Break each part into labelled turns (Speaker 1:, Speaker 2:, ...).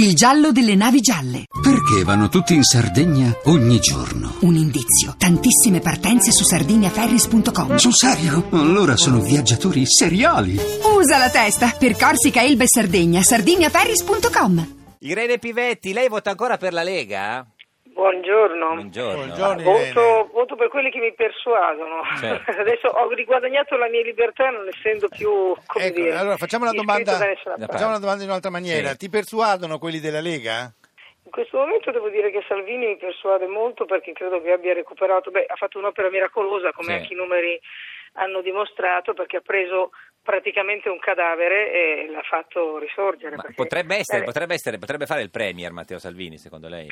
Speaker 1: Il giallo delle navi gialle.
Speaker 2: Perché vanno tutti in Sardegna ogni giorno?
Speaker 1: Un indizio. Tantissime partenze su sardiniaferris.com.
Speaker 2: Sul serio? Allora sono viaggiatori seriali.
Speaker 1: Usa la testa. Per Corsica, Elba e Sardegna, sardiniaferris.com.
Speaker 3: Irene Pivetti, lei vota ancora per la Lega?
Speaker 4: Buongiorno.
Speaker 3: Buongiorno.
Speaker 5: Buongiorno.
Speaker 4: Voto, voto per quelli che mi persuadono.
Speaker 3: Certo.
Speaker 4: Adesso ho riguadagnato la mia libertà non essendo più come
Speaker 5: Ecco,
Speaker 4: dire,
Speaker 5: allora facciamo la
Speaker 4: iscritto
Speaker 5: domanda,
Speaker 4: da nessuna parte.
Speaker 5: facciamo una domanda in un'altra maniera.
Speaker 3: Sì.
Speaker 5: Ti persuadono quelli della Lega?
Speaker 4: In questo momento devo dire che Salvini mi persuade molto perché credo che abbia recuperato, beh, ha fatto un'opera miracolosa
Speaker 3: Sì.
Speaker 4: come anche i numeri hanno dimostrato perché ha preso praticamente un cadavere e l'ha fatto risorgere.
Speaker 3: Ma
Speaker 4: perché-
Speaker 3: potrebbe essere,
Speaker 4: Eh,
Speaker 3: potrebbe essere, potrebbe fare il premier Matteo Salvini, secondo lei?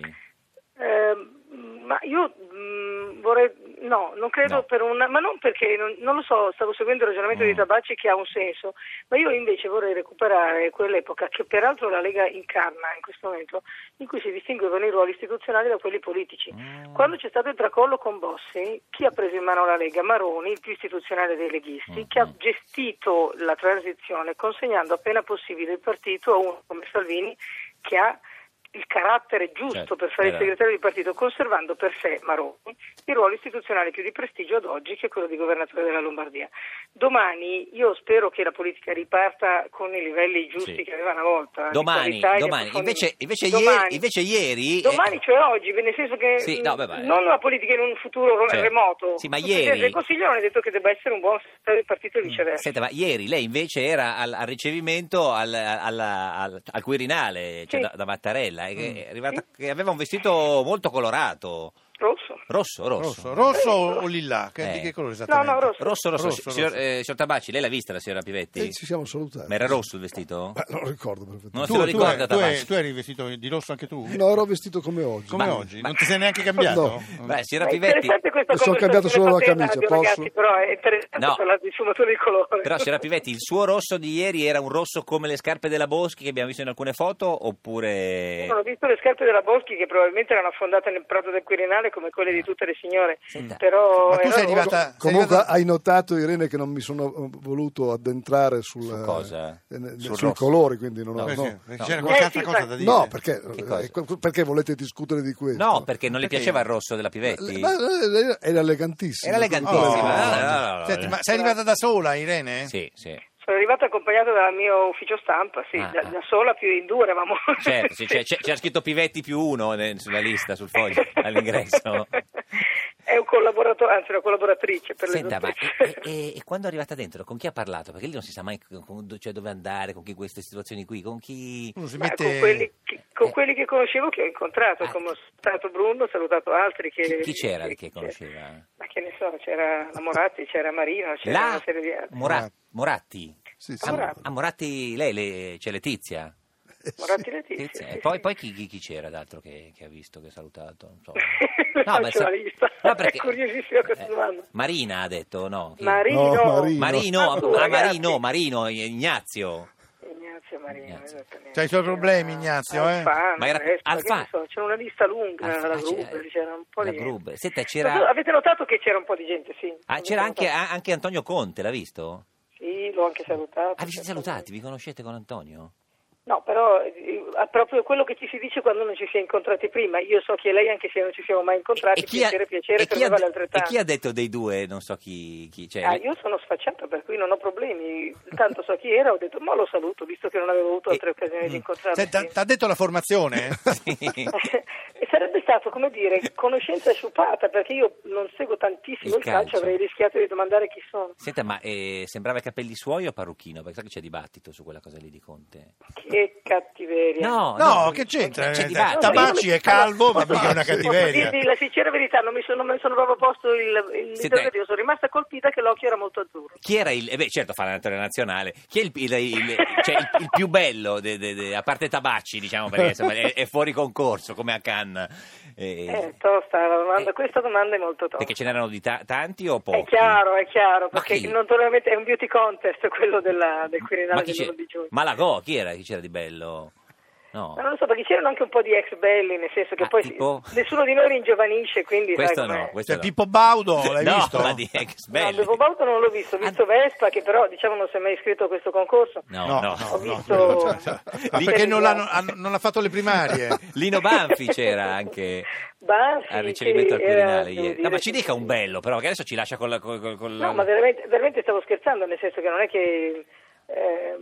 Speaker 4: Ehm, ma io mm, vorrei no, non credo
Speaker 3: No.
Speaker 4: per una ma non perché non, non lo so, stavo seguendo il ragionamento
Speaker 3: Mm.
Speaker 4: di Tabacci che ha un senso, ma io invece vorrei recuperare quell'epoca che peraltro la Lega incarna in questo momento, in cui si distinguevano i ruoli istituzionali da quelli politici.
Speaker 3: Mm.
Speaker 4: Quando c'è stato il tracollo con Bossi, chi ha preso in mano la Lega? Maroni, il più istituzionale dei leghisti,
Speaker 3: Mm,
Speaker 4: che ha gestito la transizione consegnando appena possibile il partito a uno come Salvini che ha il carattere giusto
Speaker 3: Certo,
Speaker 4: per fare il
Speaker 3: era-
Speaker 4: segretario di partito, conservando per sé Maroni il ruolo istituzionale più di prestigio ad oggi che è quello di governatore della Lombardia. Domani io spero che la politica riparta con i livelli giusti
Speaker 3: Sì.
Speaker 4: che aveva una volta. di
Speaker 3: Domani,
Speaker 4: qualità e di
Speaker 3: domani. Invece,
Speaker 4: approfondimento.
Speaker 3: invece
Speaker 4: Domani.
Speaker 3: ieri, invece ieri, eh,
Speaker 4: Domani, cioè oggi, nel senso che
Speaker 3: Sì, no, beh, beh.
Speaker 4: non la politica in un futuro ro-
Speaker 3: Certo.
Speaker 4: remoto.
Speaker 3: Sì, ma
Speaker 4: Il Presidente
Speaker 3: ieri- Mm.
Speaker 4: del Consiglio non ha detto che debba essere un buon segretario di partito e viceversa.
Speaker 3: Senta, ma ieri lei invece era al, al ricevimento al, al- al- al Quirinale, cioè
Speaker 4: Sì.
Speaker 3: da, da Mattarella, e che, è arrivata- che aveva un vestito molto colorato,
Speaker 4: Rosso.
Speaker 3: rosso, rosso.
Speaker 5: Rosso, rosso o lilla? Che,
Speaker 3: Eh.
Speaker 5: di che colore
Speaker 4: No,
Speaker 5: esattamente?
Speaker 4: no, rosso.
Speaker 3: Rosso, rosso.
Speaker 5: Rosso,
Speaker 3: Signor,
Speaker 5: rosso.
Speaker 3: eh, signor Tabacci, lei l'ha vista la signora Pivetti?
Speaker 6: Eh, Sì, Eh, ci siamo salutati.
Speaker 3: Ma era rosso il vestito?
Speaker 6: Beh, non lo ricordo perfettamente.
Speaker 3: Non
Speaker 5: Tu,
Speaker 3: se lo
Speaker 5: tu-
Speaker 3: ricorda
Speaker 5: tu, eri,
Speaker 3: Tabacci.
Speaker 5: tu eri vestito di rosso anche tu?
Speaker 6: No, ero vestito come oggi.
Speaker 5: Come
Speaker 3: Ma-
Speaker 5: oggi?
Speaker 3: ma-
Speaker 5: non ti sei neanche cambiato? Eh,
Speaker 3: Beh, signora
Speaker 4: È
Speaker 3: Pivetti,
Speaker 4: interessante questa
Speaker 6: Adesso ho
Speaker 4: conversazione
Speaker 6: cambiato solo la
Speaker 4: fatta in
Speaker 6: camicia,
Speaker 4: radio,
Speaker 6: posso?
Speaker 4: ragazzi, però è interessante
Speaker 3: No.
Speaker 4: parlare di sfumature di colore.
Speaker 3: Però, signora Pivetti, il suo rosso di ieri era un rosso come le scarpe della Boschi che abbiamo visto in alcune foto? Oppure.
Speaker 4: Io ho visto le scarpe della Boschi che probabilmente erano affondate nel prato del Quirinale come quelle di tutte le signore.
Speaker 3: Senta.
Speaker 4: Però
Speaker 5: Ma tu
Speaker 4: era-
Speaker 5: sei arrivata... sei
Speaker 6: Eh, Comunque
Speaker 5: arrivata-
Speaker 6: hai notato Irene che non mi sono eh, voluto addentrare sul,
Speaker 3: Su cosa?
Speaker 6: eh, ne-
Speaker 3: Sul
Speaker 6: sui
Speaker 3: rosso.
Speaker 6: colori, quindi non ho...
Speaker 5: No,
Speaker 6: No,
Speaker 5: perché- C'era
Speaker 3: No.
Speaker 5: qualche
Speaker 4: Eh,
Speaker 5: altra
Speaker 4: sì,
Speaker 5: cosa
Speaker 4: fa-
Speaker 5: da dire?
Speaker 6: No, perché,
Speaker 3: Che cosa?
Speaker 6: eh, perché volete discutere di questo?
Speaker 3: No, perché non le
Speaker 5: Perché?
Speaker 3: piaceva il rosso della Pivetti.
Speaker 6: Eh, ma- eh, Era elegantissimo.
Speaker 3: Era elegantissimo. Ah.
Speaker 5: Oh.
Speaker 3: Sì, ma- no, no, no, no.
Speaker 5: Senti, ma sei arrivata da sola, Irene?
Speaker 3: Sì, sì.
Speaker 4: Sono arrivata accompagnata dal mio ufficio stampa, sì,
Speaker 3: Ah,
Speaker 4: da,
Speaker 3: ah.
Speaker 4: da sola più in due eravamo.
Speaker 3: Certo, sì, c'è, c'è- c'era scritto Pivetti più uno ne- sulla lista, sul foglio, all'ingresso.
Speaker 4: È un collaboratore, anzi una collaboratrice per
Speaker 3: Senta, ma
Speaker 4: le
Speaker 3: e, e- e quando è arrivata dentro, con chi ha parlato? Perché lì non si sa mai con- con- cioè, dove andare, con chi queste situazioni qui, con chi...
Speaker 5: Uno si
Speaker 4: Ma
Speaker 5: mette...
Speaker 4: con, Ecco, quelli che, con
Speaker 3: eh.
Speaker 4: quelli che conoscevo che ho incontrato,
Speaker 3: Ah.
Speaker 4: come ho salutato Bruno, ho salutato altri che...
Speaker 3: Chi, chi c'era che
Speaker 4: che-
Speaker 3: conosceva?
Speaker 4: Ma che ne so, c'era la Moratti, c'era Marino, c'era
Speaker 3: La
Speaker 4: una serie di altri.
Speaker 3: Mora- Moratti.
Speaker 6: Sì, sì.
Speaker 3: Ah, Moratti. Ah, Moratti, lei le- c'è Letizia. Eh,
Speaker 4: Moratti Letizia.
Speaker 3: Letizia.
Speaker 4: sì,
Speaker 3: E
Speaker 4: sì,
Speaker 3: poi,
Speaker 4: sì.
Speaker 3: poi chi, chi- chi c'era d'altro che, che ha visto, che ha salutato? Non so.
Speaker 4: Non
Speaker 3: ma
Speaker 4: ce l'ho
Speaker 3: sa-
Speaker 4: vista.
Speaker 3: no, eh,
Speaker 4: È curiosissima questa domanda.
Speaker 3: Marina ha detto, no? chi-
Speaker 4: Marino.
Speaker 6: No, Marino.
Speaker 3: Marino,
Speaker 4: Ma tu,
Speaker 3: ah,
Speaker 4: ragazzi.
Speaker 3: Marino, Marino, Ignazio.
Speaker 4: Ignazio Marino,
Speaker 3: Ignazio.
Speaker 4: esattamente.
Speaker 5: C'ha i suoi problemi,
Speaker 4: C'era
Speaker 5: Ignazio, eh?
Speaker 4: Alfano,
Speaker 3: Ma era-
Speaker 4: Vespa, che
Speaker 3: Alfano.
Speaker 4: ne so, c'era una lista lunga,
Speaker 3: Alfa-
Speaker 4: la
Speaker 3: ah, c'era-
Speaker 4: Gruber, c'era un po'
Speaker 3: la
Speaker 4: di...
Speaker 3: Gruber. Senta, c'era-
Speaker 4: Ma tu- Avete notato che c'era un po' di gente, sì.
Speaker 3: Ah,
Speaker 4: Avete
Speaker 3: c'era anche,
Speaker 4: notato?
Speaker 3: ah, anche Antonio Conte, l'ha visto?
Speaker 4: Sì, l'ho anche salutato.
Speaker 3: Ah, vi siete
Speaker 4: certamente.
Speaker 3: salutati, vi conoscete con Antonio?
Speaker 4: No, però eh, è proprio quello che ci si dice quando non ci si è incontrati prima. Io so chi è lei anche se non ci siamo mai incontrati. piacere, piacere,
Speaker 3: e
Speaker 4: per
Speaker 3: chi
Speaker 4: me
Speaker 3: ha-
Speaker 4: vale
Speaker 3: e
Speaker 4: altrettanto.
Speaker 3: chi ha detto dei due, non so chi... chi cioè,
Speaker 4: Ah, io sono sfacciata, per cui non ho problemi. Tanto so chi era, ho detto ma lo saluto, visto che non avevo avuto
Speaker 3: E-
Speaker 4: altre occasioni
Speaker 3: mm.
Speaker 4: di incontrarlo.
Speaker 5: Senta,
Speaker 4: Sì.
Speaker 5: Ti ha detto la formazione? Cioè,
Speaker 3: Sì.
Speaker 4: E sarebbe stato, come dire, conoscenza sciupata, perché io non seguo tantissimo
Speaker 3: Il
Speaker 4: il,
Speaker 3: calcio.
Speaker 4: calcio, avrei rischiato di domandare chi sono.
Speaker 3: Senta, ma eh, sembrava i capelli suoi o parrucchino? Perché sa che c'è dibattito su quella cosa lì di Conte.
Speaker 4: Che cattiveria.
Speaker 5: No, che
Speaker 3: C'è
Speaker 5: c'entra?
Speaker 4: Eh. No, Eh,
Speaker 3: dibattito.
Speaker 5: Tabacci è calvo, ma mica è una
Speaker 4: Posso
Speaker 5: cattiveria.
Speaker 4: dirvi la sincera verità, non mi sono, non mi sono proprio posto il, il
Speaker 3: Sì,
Speaker 4: interrogativo,
Speaker 3: dai.
Speaker 4: sono rimasta colpita che l'occhio era molto azzurro.
Speaker 3: Chi era il... eh, Beh, certo, fa l'allenatore nazionale. Chi è il, il- il- cioè, il- il più bello, de- de- de- a parte Tabacci, diciamo, perché insomma, è, è fuori concorso, come a Cannes. Eh,
Speaker 4: Eh, tosta la domanda,
Speaker 3: eh,
Speaker 4: questa domanda è molto tosta.
Speaker 3: Perché ce n'erano di ta- tanti o pochi?
Speaker 4: È chiaro, è chiaro,
Speaker 3: Ma
Speaker 4: perché
Speaker 3: chi?
Speaker 4: naturalmente è un beauty contest quello della, del
Speaker 3: Ma
Speaker 4: Quirinale
Speaker 3: chi
Speaker 4: dell'1
Speaker 3: c'era?
Speaker 4: di giugno.
Speaker 3: Malagò, chi era? Chi c'era di bello? No.
Speaker 4: Ma non lo so, perché c'erano anche un po' di ex belli, nel senso che
Speaker 3: Ah,
Speaker 4: poi
Speaker 3: tipo?
Speaker 4: si- nessuno di noi ringiovanisce, quindi
Speaker 3: Questo
Speaker 4: sai com'è.
Speaker 3: no, questo
Speaker 5: Cioè,
Speaker 3: no.
Speaker 5: Pippo Baudo, l'hai
Speaker 3: no,
Speaker 5: visto?
Speaker 3: ma di eh, ex
Speaker 4: No,
Speaker 3: belli. Ah.
Speaker 4: Beppo Baudo non l'ho visto, ho visto Vespa che però diciamo non si è mai iscritto a questo concorso.
Speaker 3: No, no.
Speaker 5: No, no,
Speaker 4: Ho
Speaker 5: no.
Speaker 4: visto...
Speaker 5: Ma perché non, l'hanno- hanno- non ha fatto le primarie?
Speaker 3: Lino Banfi c'era anche
Speaker 4: Banfi,
Speaker 3: al ricevimento al
Speaker 4: sì, era,
Speaker 3: Quirinale
Speaker 4: devo
Speaker 3: ieri.
Speaker 4: dire,
Speaker 3: No, ma
Speaker 4: sì,
Speaker 3: ci dica
Speaker 4: sì.
Speaker 3: un bello, però, che adesso ci lascia con la. Con, con- con la-
Speaker 4: No, ma veramente, veramente stavo scherzando, nel senso che non è che... eh,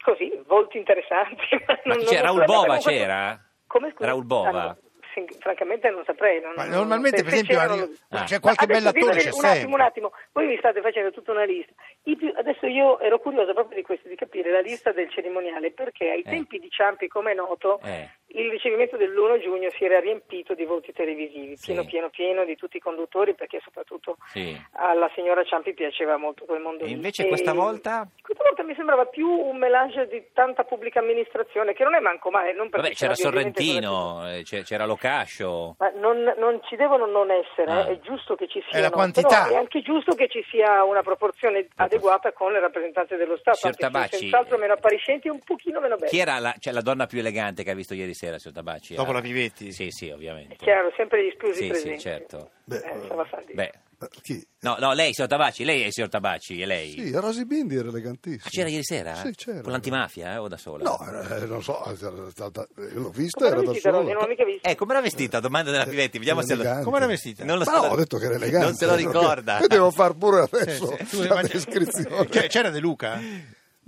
Speaker 4: così, volti interessanti. ma
Speaker 3: Ma
Speaker 4: non-
Speaker 3: chi
Speaker 4: non-
Speaker 3: c'era? Raul
Speaker 4: comunque-
Speaker 3: Bova c'era?
Speaker 4: Come scusa?
Speaker 3: Raul Bova.
Speaker 4: Ah, no, sin- francamente non saprei. non-
Speaker 5: Ma
Speaker 4: non-
Speaker 5: normalmente,
Speaker 4: se-
Speaker 5: per
Speaker 4: se
Speaker 5: esempio,
Speaker 4: c'erano-
Speaker 5: arri-
Speaker 3: Ah.
Speaker 5: c'è qualche
Speaker 4: Ma adesso
Speaker 5: bell'attore,
Speaker 4: ditemi
Speaker 5: c'è
Speaker 4: un attimo, un
Speaker 5: sempre.
Speaker 4: attimo, voi mi state facendo tutta una lista. I più- adesso io ero curiosa proprio di questo, di capire la lista del cerimoniale, perché ai
Speaker 3: Eh.
Speaker 4: tempi di Ciampi, come è noto,
Speaker 3: Eh.
Speaker 4: il ricevimento dell'1 giugno si era riempito di voti televisivi,
Speaker 3: Sì.
Speaker 4: pieno pieno pieno di tutti i conduttori, perché soprattutto
Speaker 3: Sì.
Speaker 4: alla signora Ciampi piaceva molto quel mondo
Speaker 3: E
Speaker 4: lì.
Speaker 3: invece
Speaker 4: E-
Speaker 3: questa volta?
Speaker 4: Questa volta mi sembrava più un melange di tanta pubblica amministrazione, che non è manco male. Non perché
Speaker 3: Vabbè, c'era
Speaker 4: c'era ovviamente
Speaker 3: Sorrentino, eh, c'è- c'era Locascio.
Speaker 4: ma non, non ci devono non essere,
Speaker 3: Ah.
Speaker 4: eh, è giusto che ci
Speaker 5: È
Speaker 4: siano,
Speaker 5: la quantità.
Speaker 4: però è anche giusto che ci sia una proporzione adeguata con le rappresentanze dello Stato,
Speaker 3: Signor
Speaker 4: anche se
Speaker 3: Tabacci,
Speaker 4: senz'altro meno appariscenti e un pochino meno
Speaker 3: Chi
Speaker 4: belli.
Speaker 3: era la, cioè, la donna più elegante che ha visto ieri sera, signor Tabacci?
Speaker 5: Dopo
Speaker 3: Ah,
Speaker 5: la Pivetti?
Speaker 3: Sì, sì, ovviamente.
Speaker 4: È chiaro, sempre gli esclusi
Speaker 3: Sì,
Speaker 4: presenti.
Speaker 3: sì, certo.
Speaker 6: Beh,
Speaker 4: Eh, insomma, fa dire.
Speaker 3: Beh,
Speaker 6: Eh, Chi?
Speaker 3: no, no, lei, signor Tabacci, lei è il signor Tabacci, è lei.
Speaker 6: Sì, Rosy Bindi era elegantissimo.
Speaker 3: Ah, c'era ieri sera?
Speaker 6: Sì, c'era.
Speaker 3: Con l'antimafia eh, o da sola?
Speaker 6: No, eh, non so, era stata- io l'ho vista,
Speaker 4: Come
Speaker 6: era
Speaker 4: l'ho
Speaker 6: da
Speaker 4: vestita, Rosy? Non l'ho
Speaker 6: sola.
Speaker 4: mica vista.
Speaker 3: Eh, come l'ha vestita? Domanda della Pivetti, Ah, vediamo se lo...
Speaker 6: Eh, Elegante.
Speaker 5: Come era vestita?
Speaker 3: Non lo
Speaker 6: Ma
Speaker 3: so-
Speaker 6: no, ho detto che era elegante.
Speaker 3: Non se lo ricorda.
Speaker 6: Io devo far pure adesso
Speaker 5: Sì, sì, tu-
Speaker 6: la
Speaker 5: ma-
Speaker 6: descrizione.
Speaker 5: Cioè, c'era De Luca?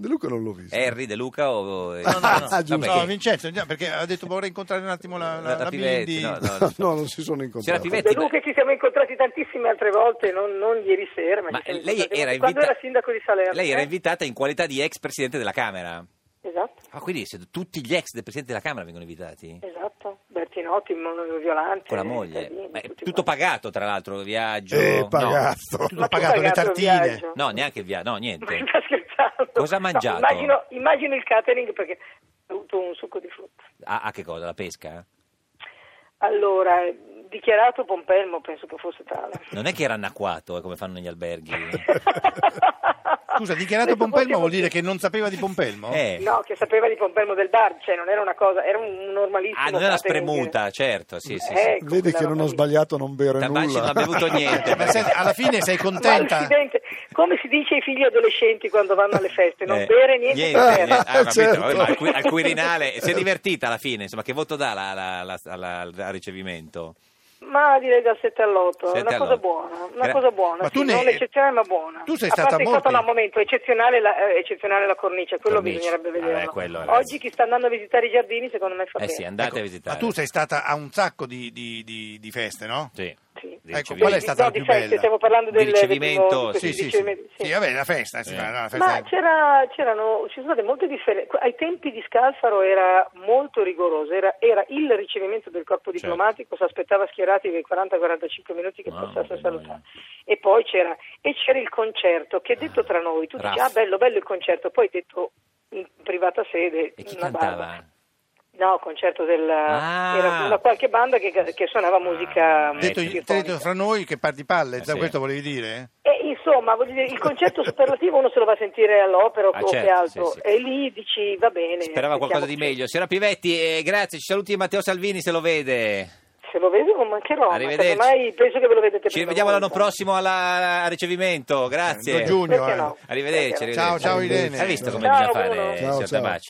Speaker 6: De Luca non l'ho visto.
Speaker 3: Harry, De Eh, Luca o... eh,
Speaker 5: No, no, no.
Speaker 6: Ah, giusto.
Speaker 5: No,
Speaker 3: Vabbè,
Speaker 5: Vincenzo, no, perché ha detto vorrei incontrare un attimo la, la,
Speaker 3: la,
Speaker 5: la
Speaker 3: Pivetti,
Speaker 5: Bindi.
Speaker 3: no, no,
Speaker 6: No,
Speaker 3: no.
Speaker 6: no, non si sono
Speaker 3: C'era
Speaker 6: incontrati.
Speaker 3: Pivetti,
Speaker 4: De Luca ci siamo incontrati tantissime altre volte, non, non ieri sera, ma,
Speaker 3: ma
Speaker 4: ci siamo
Speaker 3: lei
Speaker 4: incontrati
Speaker 3: era,
Speaker 4: quando
Speaker 3: invita-
Speaker 4: era sindaco di Salerno.
Speaker 3: lei era
Speaker 4: eh?
Speaker 3: invitata in qualità di ex presidente della Camera.
Speaker 4: Esatto,
Speaker 3: Ah, quindi se tutti gli ex del presidente della Camera vengono invitati?
Speaker 4: esatto. Bertinotti, Mono Violante.
Speaker 3: Con la moglie.
Speaker 4: Tadini,
Speaker 3: Ma è
Speaker 4: tutti
Speaker 3: tutto
Speaker 4: quanti.
Speaker 3: pagato, tra l'altro, viaggio.
Speaker 6: Eh,
Speaker 3: no.
Speaker 6: pagato.
Speaker 5: Tutto
Speaker 4: Ma chi ha
Speaker 5: pagato,
Speaker 4: pagato
Speaker 5: le
Speaker 4: il
Speaker 5: tartine.
Speaker 4: viaggio?
Speaker 3: No, neanche il viaggio, no,
Speaker 4: Ma
Speaker 3: niente.
Speaker 4: sta scherzando?
Speaker 3: Cosa ha
Speaker 4: No,
Speaker 3: mangiato?
Speaker 4: immagino, immagino il catering perché ho avuto un succo di frutta.
Speaker 3: Ah, ah, che cosa? La pesca?
Speaker 4: Allora, eh, dichiarato Pompelmo, penso che fosse tale.
Speaker 3: Non è che era anacquato, eh, come fanno negli alberghi.
Speaker 5: Scusa, dichiarato
Speaker 4: Adesso
Speaker 5: Pompelmo
Speaker 4: possiamo-
Speaker 5: vuol dire che non sapeva di Pompelmo?
Speaker 3: Eh.
Speaker 4: No, che sapeva di Pompelmo del bar, cioè non era una cosa, era un normalissimo.
Speaker 3: Ah, non era
Speaker 4: catering.
Speaker 3: spremuta, certo, sì, sì. sì.
Speaker 4: Eh, ecco,
Speaker 6: Vedi che
Speaker 4: quella
Speaker 6: non
Speaker 4: roba
Speaker 6: ho
Speaker 4: lì.
Speaker 6: sbagliato a non bere
Speaker 3: Tabacci
Speaker 6: nulla.
Speaker 3: non ha bevuto niente.
Speaker 5: Ma senti, alla fine sei
Speaker 4: Ma
Speaker 5: contenta?
Speaker 4: l'accidente, come si dice ai figli adolescenti quando vanno alle feste,
Speaker 5: Eh,
Speaker 4: non bere niente,
Speaker 3: Eh, niente,
Speaker 4: per
Speaker 3: niente.
Speaker 4: terra.
Speaker 3: Ah, capito,
Speaker 6: Certo.
Speaker 3: vabbè, ma al, Qui- al Quirinale si è divertita alla fine insomma che voto dà la- la- la- alla- al ricevimento
Speaker 4: Ma direi dal 7 all'8,
Speaker 3: Sette
Speaker 4: una cosa
Speaker 3: all'otto.
Speaker 4: buona, una
Speaker 3: Gra-
Speaker 4: cosa buona,
Speaker 5: Ma
Speaker 4: sì,
Speaker 5: tu ne-
Speaker 4: non eccezionale ma buona.
Speaker 5: tu sei
Speaker 4: A
Speaker 5: stata
Speaker 4: parte il
Speaker 5: molto-
Speaker 4: fatto, no, un momento, eccezionale la, eh, eccezionale la cornice, quello
Speaker 3: Cornice.
Speaker 4: bisognerebbe
Speaker 3: Vabbè,
Speaker 4: vederlo.
Speaker 3: quello, ragazzi.
Speaker 4: Oggi chi sta andando a visitare i giardini secondo me fa
Speaker 3: eh
Speaker 4: bene.
Speaker 3: sì andate
Speaker 5: Ecco,
Speaker 3: a visitare
Speaker 5: Ma tu sei stata a un sacco di, di- di- di feste, no?
Speaker 3: sì.
Speaker 4: Sì.
Speaker 3: Di
Speaker 5: Ecco,
Speaker 3: ricevimento.
Speaker 5: qual è
Speaker 4: Sì,
Speaker 5: stata la
Speaker 4: no, di
Speaker 5: più
Speaker 4: feste,
Speaker 5: bella?
Speaker 4: Stiamo parlando
Speaker 3: Di
Speaker 4: del
Speaker 3: ricevimento,
Speaker 4: del-
Speaker 3: sì,
Speaker 5: Sì, sì, sì.
Speaker 4: ricevimento, sì.
Speaker 5: Sì, vabbè, la festa. sì,
Speaker 3: Eh.
Speaker 5: la- la festa-
Speaker 4: Ma c'era, c'erano, ci sono state molte differenze. Ai tempi di Scalfaro era molto rigoroso, era, era il ricevimento del corpo
Speaker 3: Certo.
Speaker 4: diplomatico, si aspettava schierati quei 40-45 minuti che
Speaker 3: Mamma
Speaker 4: passasse a
Speaker 3: che
Speaker 4: salutare.
Speaker 3: noia.
Speaker 4: E poi c'era, e c'era il concerto, che detto tra noi, tu dici,
Speaker 3: Raff.
Speaker 4: ah bello, bello il concerto, poi detto in privata sede.
Speaker 3: e chi
Speaker 4: una
Speaker 3: cantava?
Speaker 4: barba. No, concerto del...
Speaker 3: Ah.
Speaker 4: era una qualche banda che, che suonava musica...
Speaker 3: Ah,
Speaker 5: Detto,
Speaker 3: Eh, sì.
Speaker 5: te detto
Speaker 4: sinfonica.
Speaker 5: fra noi che parti palle,
Speaker 3: Eh,
Speaker 5: già
Speaker 3: sì.
Speaker 5: questo volevi dire?
Speaker 4: E insomma, voglio dire, il concetto superlativo uno se lo va a sentire all'opera o
Speaker 3: Ah,
Speaker 4: o che
Speaker 3: certo,
Speaker 4: altro,
Speaker 3: sì, sì.
Speaker 4: e lì dici va bene.
Speaker 3: sperava qualcosa di
Speaker 4: aspettiamo-
Speaker 3: meglio signora Pivetti eh, grazie ci saluti Matteo Salvini se lo vede
Speaker 4: Se lo vedo non mancherò, ma
Speaker 3: Arrivederci.
Speaker 4: casomai penso che ve lo vedete
Speaker 3: ci
Speaker 4: prima
Speaker 3: rivediamo l'anno
Speaker 4: volta.
Speaker 3: prossimo alla- al ricevimento grazie
Speaker 5: Eh, 2 giugno.
Speaker 4: Perché
Speaker 5: eh.
Speaker 4: no?
Speaker 3: arrivederci,
Speaker 4: Perché
Speaker 5: Ciao,
Speaker 3: arrivederci.
Speaker 5: ciao Irene.
Speaker 3: hai visto come
Speaker 4: Ciao,
Speaker 3: bisogna
Speaker 4: Bruno.
Speaker 3: fare
Speaker 6: Ciao,
Speaker 3: signor
Speaker 6: ciao.
Speaker 3: Tabacci